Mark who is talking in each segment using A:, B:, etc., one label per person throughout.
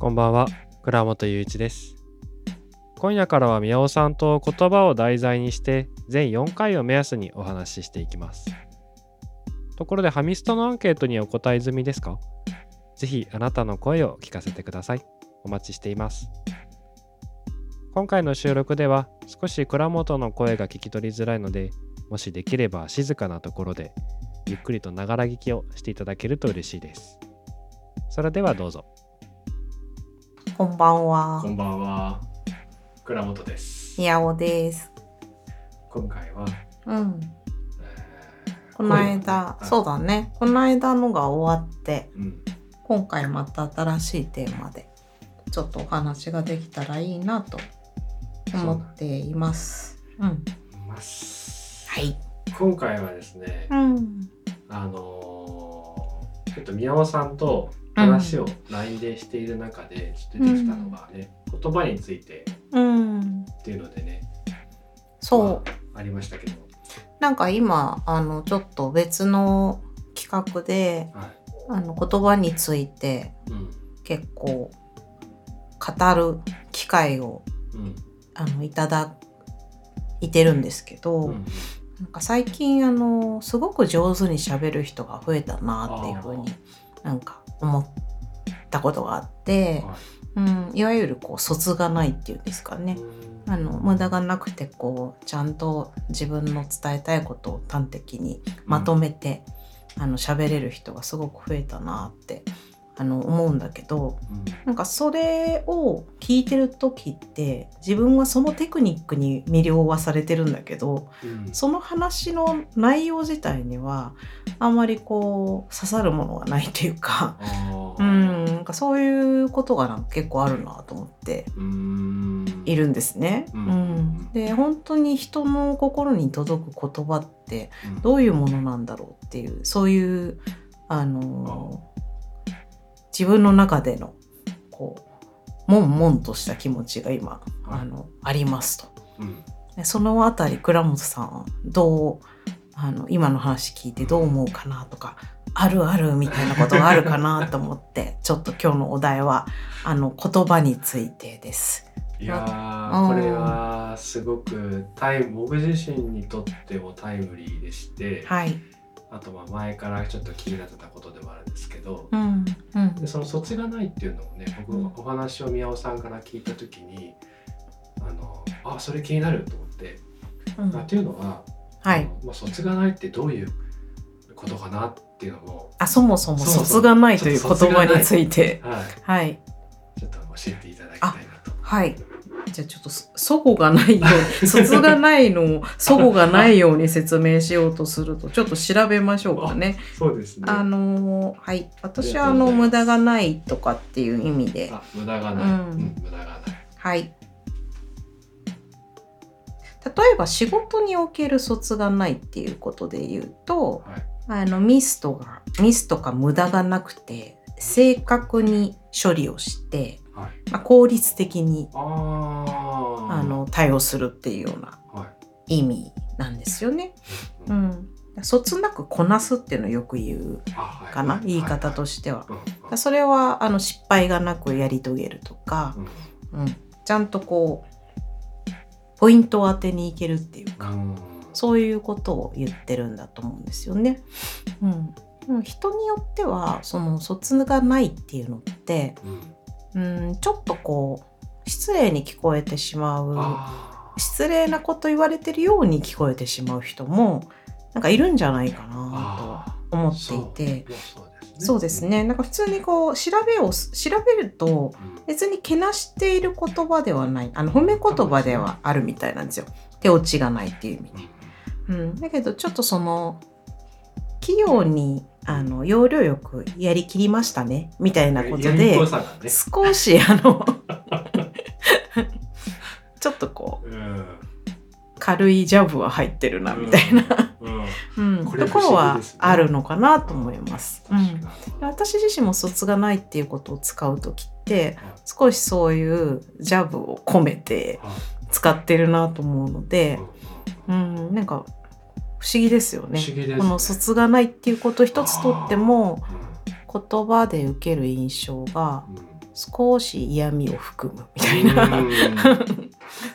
A: こんばんは、倉本雄一です。今夜からは宮尾さんと言葉を題材にして、全4回を目安にお話ししていきます。ところで、ハミストのアンケートにお答え済みですかぜひあなたの声を聞かせてください。お待ちしています。今回の収録では、少し倉本の声が聞き取りづらいので、もしできれば静かなところで、ゆっくりとながら聞きをしていただけると嬉しいです。それではどうぞ。
B: こんばんは
C: こ。んばんは。倉本です。
B: 宮尾です。
C: 今回は、
B: うん。
C: え
B: この間、
C: はい
B: そうだね。この間のが終わって、
C: ーうん、
B: 今回また新しいテーマで、ちょっとお話ができたらいいなと思っています。うん。
C: ます。
B: はい。
C: 今回はですね
B: う、ん。
C: あのーちょっと宮尾さんと話を LINE でしている中で、ちょっと出てきたのがね、言葉について
B: うん。
C: っていうのでね、
B: そう。
C: ありましたけど、
B: なんか今、あの、ちょっと別の企画で、
C: は
B: あの、言葉について
C: い、うん、
B: 結構語る機会を
C: うん、
B: あのいただいてるんですけど、
C: うん、
B: なんか最近あのすごく上手に喋る人が増えたなっていうふうになんか思ったことがあって、
C: はい
B: うん、いわゆるこう卒がないっていうんですかね、
C: うん
B: あの無駄がなくてこうちゃんと自分の伝えたいことを端的にまとめて、あの喋れる人がすごく増えたなってあの思うんだけど、
C: うん
B: なんかそれを聞いてる時って自分はそのテクニックに魅了はされてるんだけど
C: うん
B: その話の内容自体にはあまりこう刺さるものがないっていうか
C: あー
B: うんなんかそういうことがなんか結構あるなと思って
C: うん
B: いるんですね。
C: うん
B: うん、で本当に人の心に届く言葉って
C: うん
B: どういうものなんだろうっていうそういうあのー自分の中でのこうもんもんとした気持ちが今あのありますと
C: うん
B: でそのあたり倉本さんはどうあの今の話聞いてどう思うかなとかあるあるみたいなことがあるかなと思って ちょっと今日のお題はあの言葉についてです。
C: いや
B: うん
C: ーこれはすごくタイム僕自身にとってもタイムリーでして、
B: はい、
C: あとまあ前からちょっと気になってたことでもあるんですけど、
B: うんうん
C: でその「卒がない」っていうのをね僕
B: うん
C: お話を宮尾さんから聞いた時にあのあそれ気になると思って、
B: うん
C: まあ、っていうのは、
B: は
C: あ
B: い、
C: のまあ、卒がないってどういうことかなっていうのも、
B: あそもそも
C: そうそう
B: 卒がないという言葉について。
C: は
B: はい
C: い、ちょっと教えていただきたいなと。
B: はい。じゃあちょっとそ、そごがないよ うに、卒がないのを、そごがないように説明しようとすると、ちょっと調べましょうかね。
C: そうですね
B: あのーはい。私は、
C: あ
B: あ
C: りが
B: の、
C: とうございます
B: 無駄がないとかっていう意味で、
C: あ無駄がない、
B: うん
C: うん無駄がない。
B: はい。例えば、仕事における卒がないっていうことで言うと、
C: はい
B: あの、ミスとが、ミスとか無駄がなくて、正確に処理をして、
C: はい
B: まあ、効率的に
C: あー
B: あの対応するっていうような
C: は
B: 意味なんですよね。
C: い、
B: うん、そつなくこなすっていうのをよく言う
C: あはい
B: かな
C: はい
B: 言い方と
C: は
B: しては。
C: いはいうんうん
B: それはあの失敗がなくやり遂げるとか、
C: うん
B: うん、ちゃんとこうポイントを当てにいけるっていうか、
C: うん
B: そういうことを言ってるんだと思うんですよね。うんでも人によってはその卒がないっていうのって、
C: うん
B: うん、ちょっとこう失礼に聞こえてしまう
C: あー
B: 失礼なこと言われてるように聞こえてしまう人もなんかいるんじゃないかな
C: あ
B: と思っていて
C: ーそう
B: そうですねなんか普通にこう調べをす調べると
C: うん
B: 別にけなしている言葉ではないあの褒め言葉ではあるみたいなんですよ手落ちがないっていう意味
C: うん
B: うん、だけどちょっとその企業にあの要領よくやりきりましたねみたいなこと
C: やり
B: で
C: にくさがね
B: 少しあ のちょっとこう
C: うん
B: 軽いジャブは入ってるなみたいな、
C: うんうん
B: うん
C: これ
B: ところ
C: 不思議
B: は
C: ですね
B: あるのかなと思います。う
C: 確
B: ん、
C: か
B: 私自身も卒がないっていうことを使う時って
C: はい
B: 少しそういうジャブを込めて
C: はい
B: 使ってるなと思うので
C: うん、うん
B: うん、なんか不思議ですよね
C: 不思議ですね
B: この卒がないっていうこと一つとっても
C: う
B: 言葉で受ける印象が
C: んうん
B: 少し嫌味を含むみたいな。
C: うん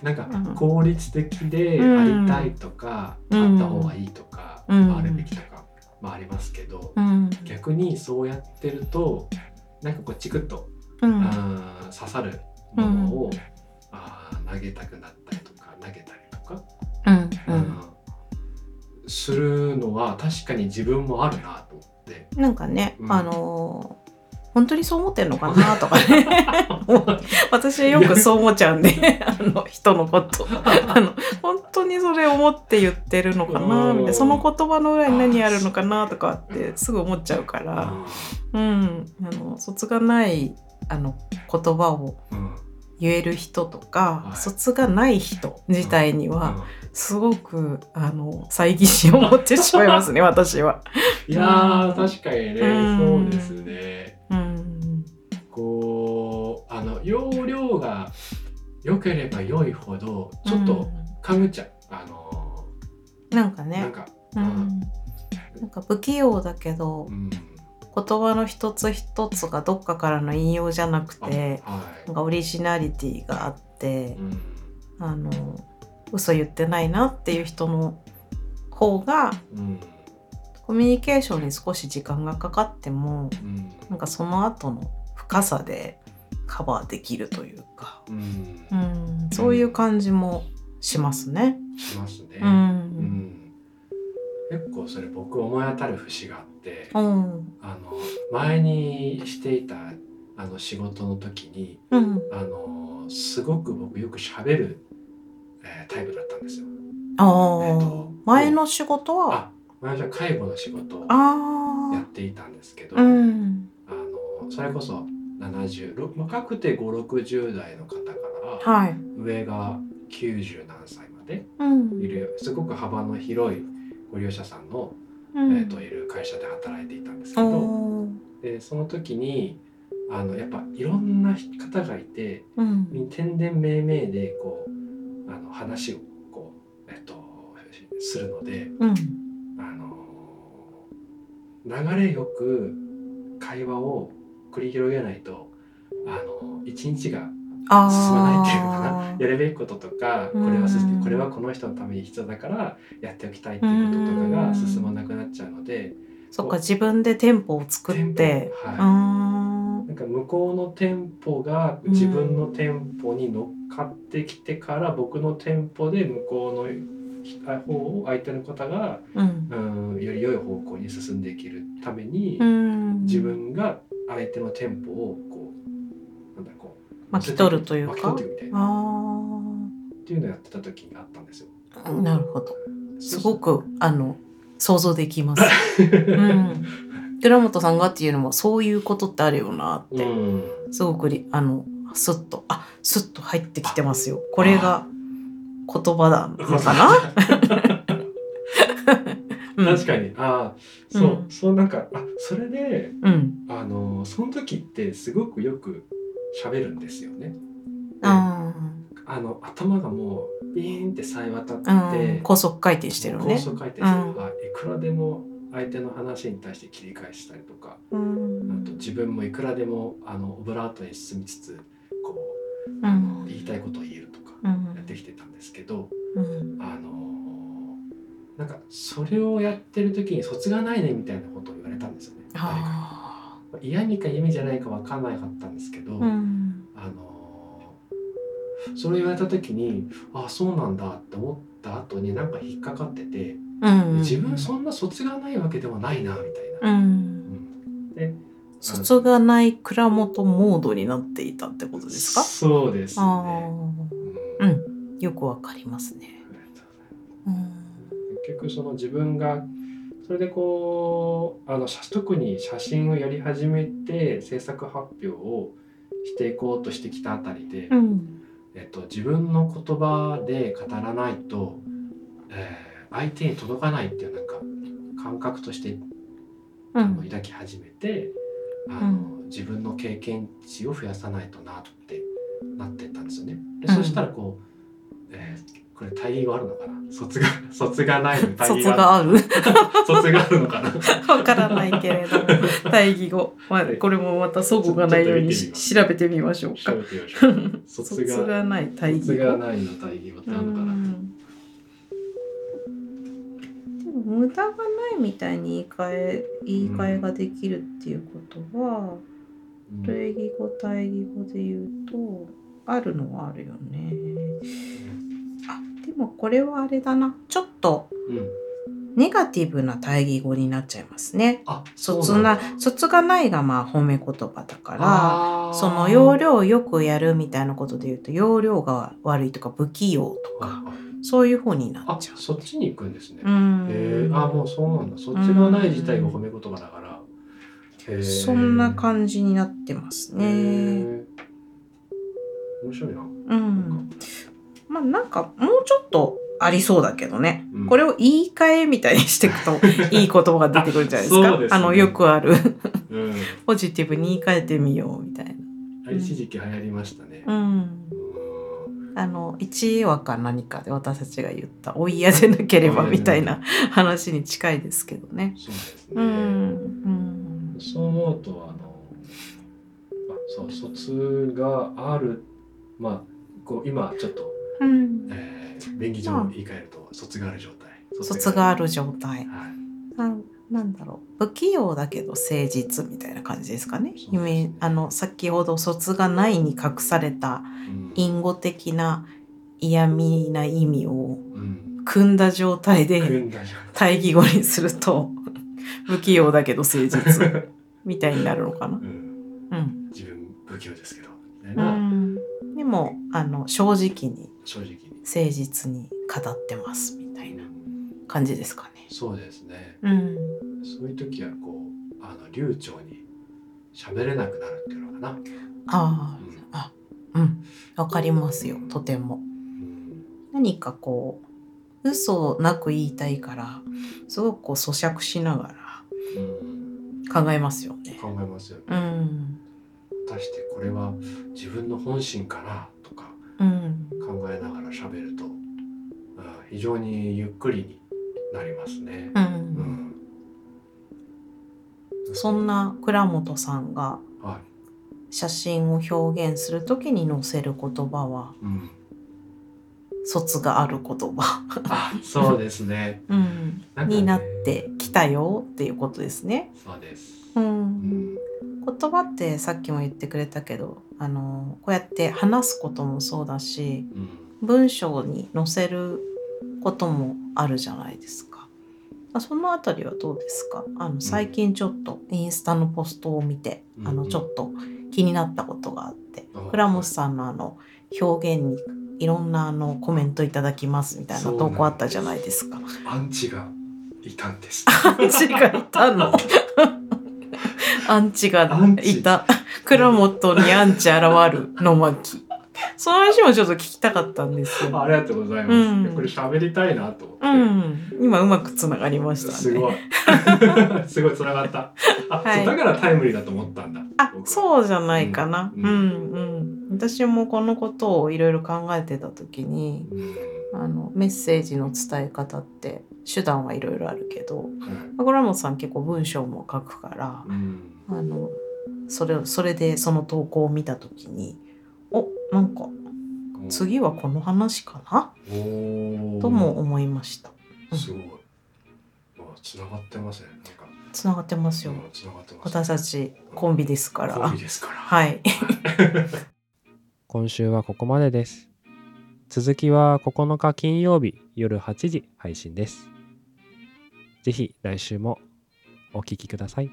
C: なんか
B: うん
C: 効率的でありたいとか、
B: うん
C: あった方がいいとか、
B: うん
C: まあ、あるべきとか、まあ、ありますけど、
B: うん
C: 逆にそうやってるとなんかこうチクッと、
B: うん
C: あー刺さるものを、あー投げたくなったりとか投げたりとか、
B: うんう
C: うんんするのは確かに自分もあるなと思って。
B: なんかね、
C: うん
B: あのー本当にそう思ってんのかなとか ね私はよくそう思っちゃうんであの人のことあの本当にそれ思って言ってるのかなみたいなその言葉の裏に何あるのかなとかってすぐ思っちゃうから、うん、あの卒がないあの言葉を
C: うん
B: 言える人とか、
C: はい
B: 卒がない人自体には
C: うん
B: すごくあの猜疑心を持ってしまいますね私は。
C: いやー確かにね、
B: うん
C: そうですね。
B: うん
C: こうあの容量が良ければ良いほどちょっと
B: うん
C: かぐっちゃう、あの
B: なんか
C: ー
B: ね
C: なんか、
B: うんなんか不器用だけど
C: うん、
B: 言葉の一つ一つがどっかからの引用じゃなく
C: あ
B: て
C: はい
B: なんかオリジナリティがあって
C: うん
B: あの嘘言ってないなっていう人の方が
C: うん
B: コミュニケーションに少し時間がかかっても
C: うん
B: なんかその後の深さでカバーできるというか、
C: うん
B: うん、そういう感じもしますね。
C: しますね、
B: う、
C: うんん結構それ僕思い当たる節があって
B: うん、
C: あの前にしていたあの仕事の時に
B: うん、
C: あのすごく僕よく喋る、えータイプだったんですよ。
B: あ
C: えっ
B: あ
C: と、
B: 前の仕事は、
C: あ、前じゃ介護の仕事をや
B: あ
C: っていたんですけど、
B: あ、うん、
C: あのそれこそ70ろ若くて560代の方から
B: はい、
C: 上が90何歳まで
B: うん
C: い、るすごく幅の広いご利用者さんの、
B: うん
C: えーといる会社で働いていたんですけど、
B: おー
C: でその時にあのやっぱいろんな方がいて
B: うん
C: 点々命名でこうあの話をこう、えっと、するので。
B: うん
C: あのー流れよく会話を繰り広げないと、あのー一日が
B: あ
C: 進まないっていうの
B: あ
C: かなやるべきこととかこ
B: うん
C: れは進めこれはこの人のために必要だからやっておきたいっていうこととかが進まなくなっちゃうので
B: そっか自分で店舗を作って
C: テンポ
B: うー
C: は
B: ん
C: い、なんか向こうの店舗が自分の店舗に乗っかってきてから、僕の店舗で向こうの方を相手の方が
B: うん
C: うんより良い方向に進んでいけるために、
B: うん
C: 自分が相手のテンポをこうなんだこう
B: 巻き取るという
C: 巻き
B: か
C: 取ってみたいな
B: あ
C: っていうのをやってた時があったんですよ。
B: あなるほどすご
C: そ
B: くあの想像できますうん 寺本さんがっていうのもそういうことってあるよなっ
C: う、う
B: て、
C: ん、
B: すごくりあのスッとあスッと入ってきてますよこれが言葉なのかな、 うん、
C: 確かにああそう、
B: うん
C: そうなんかあそれで
B: うん
C: あのその時ってすごくよく喋るんですよね。
B: あー
C: あの頭がもうビーンってさえ渡って、
B: うん、高速回転してるよ
C: 高
B: ね。
C: 速回転してる、
B: うん
C: はいいくらでも相手の話に対して切り返したりとか
B: うん
C: あと自分もいくらでもあのオブラートに包みつつこう、
B: う
C: あの
B: ん
C: 言いたいことを言えるとか
B: う
C: やっ
B: ん
C: てきてたんですけど、
B: うん
C: あのーなんかそれをやってる時に「卒がないね」みたいなことを言われたんですよね。誰か
B: は
C: に嫌味か嫌味じゃないか分かんなかったんですけど、
B: あうん
C: あのーそれを言われた時にああそうなんだって思った後になんか引っかかってて、
B: うん
C: 自分そんな卒がないわけではないなみたいな。
B: うん
C: うんで
B: 卒がない蔵元モードになっていたってことですか
C: そうです
B: あ
C: ね。
B: あーよくわかりますね。うん
C: 結局その自分がそれでこうあの写特に写真をやり始めて制作発表をしていこうとしてきたあたりで、
B: うん
C: えっと、自分の言葉で語らないと、えー相手に届かないっていうなんか感覚として
B: う
C: あの
B: ん
C: 抱き始めて、あの自分の経験値を増やさないとなってなってったんですよね。で
B: うん
C: そしたらこう、えー、これ対義語あるのかな卒が卒がないの対義
B: 卒が
C: があ
B: ある
C: る 卒があるのかな
B: わからないけれども対義語、まあ、
C: はい
B: これもまた齟齬がないように
C: ちょっと見てみます
B: し調べてみましょう
C: 調
B: か
C: べてみましょう
B: 卒
C: 卒が
B: がない対義
C: 卒が
B: 語
C: ないの対義語って
B: う
C: あるのかなん
B: でも無駄がないみたいに言い換え言い換えができるっていうことは
C: うん
B: 礼義語対義語で言うとあるのはあるよねあでもこれはあれだなちょっと
C: うん
B: ネガティブな対義語になっちゃいますね
C: あ
B: 卒な
C: そう
B: 卒がないがまあ褒め言葉だ
C: だ
B: か
C: あー
B: らその要領をよくやるみたいなことで言うと要領が悪いとか不器用と
C: はい
B: か
C: はい
B: そういう方にな
C: あ
B: っちゃう。
C: そっちに行くんですね、
B: う
C: へ
B: ん
C: えあもうそうなんだ卒がない自体が褒め言葉だから、へえ
B: そんな感じになってます
C: へ
B: ね。
C: え面白いな、
B: うん。まあなんかもうちょっとありそうだけどね。
C: うん
B: これを言い換えみたいにしていくと いい言葉が出てくるんじゃないです
C: あそ
B: か。
C: うですね
B: あのよくある
C: うん
B: ポジティブに言い換えてみようみたい
C: あ一時期流行りましたね、
B: な。うん。
C: うん
B: あの1話か何かで私たちが言った「お嫌でなければ」みたいな話に近いですけどね。
C: そうです
B: う
C: ね、
B: ん。
C: そう思うとあのあそう卒があるまあこう今ちょっと、
B: うん。うん、
C: えー、便宜上言い換えると卒がある状態
B: 卒があ
C: る
B: る状態。
C: はい
B: なんなんだろう不器用だけど誠実みたいな感じですか
C: そう
B: ね
C: ですね
B: 夢あの先ほど「卒がない」に隠された
C: うん
B: 隠語的な嫌味な意味を
C: うん
B: 組んだ状態で
C: 組んだ状態
B: 対義語にする と不器用だけど誠実みたいになるのかな。
C: うん
B: うん
C: 自分不器用ですけどみたいうな、
B: ん、でもあの正直に
C: 正直に、
B: 誠実に語ってますみたいな感じですかね。
C: そうですね
B: うん、
C: そういう時はこうあの流暢に喋れなくなるっていうのかな、
B: あ
C: うん
B: ああうんわかりますよとても。
C: うん
B: 何かこう嘘なく言いたいからすごくこう咀嚼しなが
C: うん
B: ら考えますよね。
C: 考えますよね、
B: うん、
C: 果たしてこれは自分の本心かなとか
B: うん、
C: 考えながら喋ると、あ非常にゆっくりになりますね。
B: う。
C: うんん
B: そんな倉本さんが
C: は、
B: 写真を表現するときに載せる言葉はい
C: うん、
B: 卒がある言葉、
C: あそうですね。
B: うん
C: なんかね
B: になってきたよっていうことですね。
C: そうです。
B: う、
C: うんん
B: 言葉ってさっきも言ってくれたけどあのこうやって話すこともそうだし
C: うん
B: 文章に載せることもあるじゃないですか。あそのあたりはどうですかあの最近ちょっとインスタのポストを見て、
C: うん
B: あのちょっと気になったことがあって、
C: あ
B: 倉本さんのあの表現にいろんなあのコメントいただきますみたいな
C: そう
B: 投稿あったじゃないですか。
C: アンチがいたん です。
B: アンチがいたのアンチが
C: アンチ
B: いた倉本にアンチ現るの巻その話もちょっと聞きたかったんですよ。
C: ありがとうございます。
B: うん
C: いやこれ喋りたいなと思って。
B: うん、今うまくつながりましたね。
C: すごい すごい繋がったあ、
B: はい
C: そうだからタイムリーだと思ったんだ
B: あ、
C: 僕
B: そうじゃないかな。う、
C: うん
B: うん、私もこのことをいろいろ考えてた時に、
C: うん
B: あのメッセージの伝え方って手段はいろいろあるけど、
C: はい
B: まあゴラモさん結構文章も書くから、
C: うん
B: あのそれそれでその投稿を見た時に、お、なんか次はこの話かな
C: おー
B: とも思いました。
C: すごい。まあ、つながってますね。なんか、
B: つながってますよ。
C: つながってます。
B: 私たちコンビですから。
C: コンビですから。
B: はい。
A: 今週はここまでです。続きは9日金曜日夜8時配信です。ぜひ来週もお聴きください。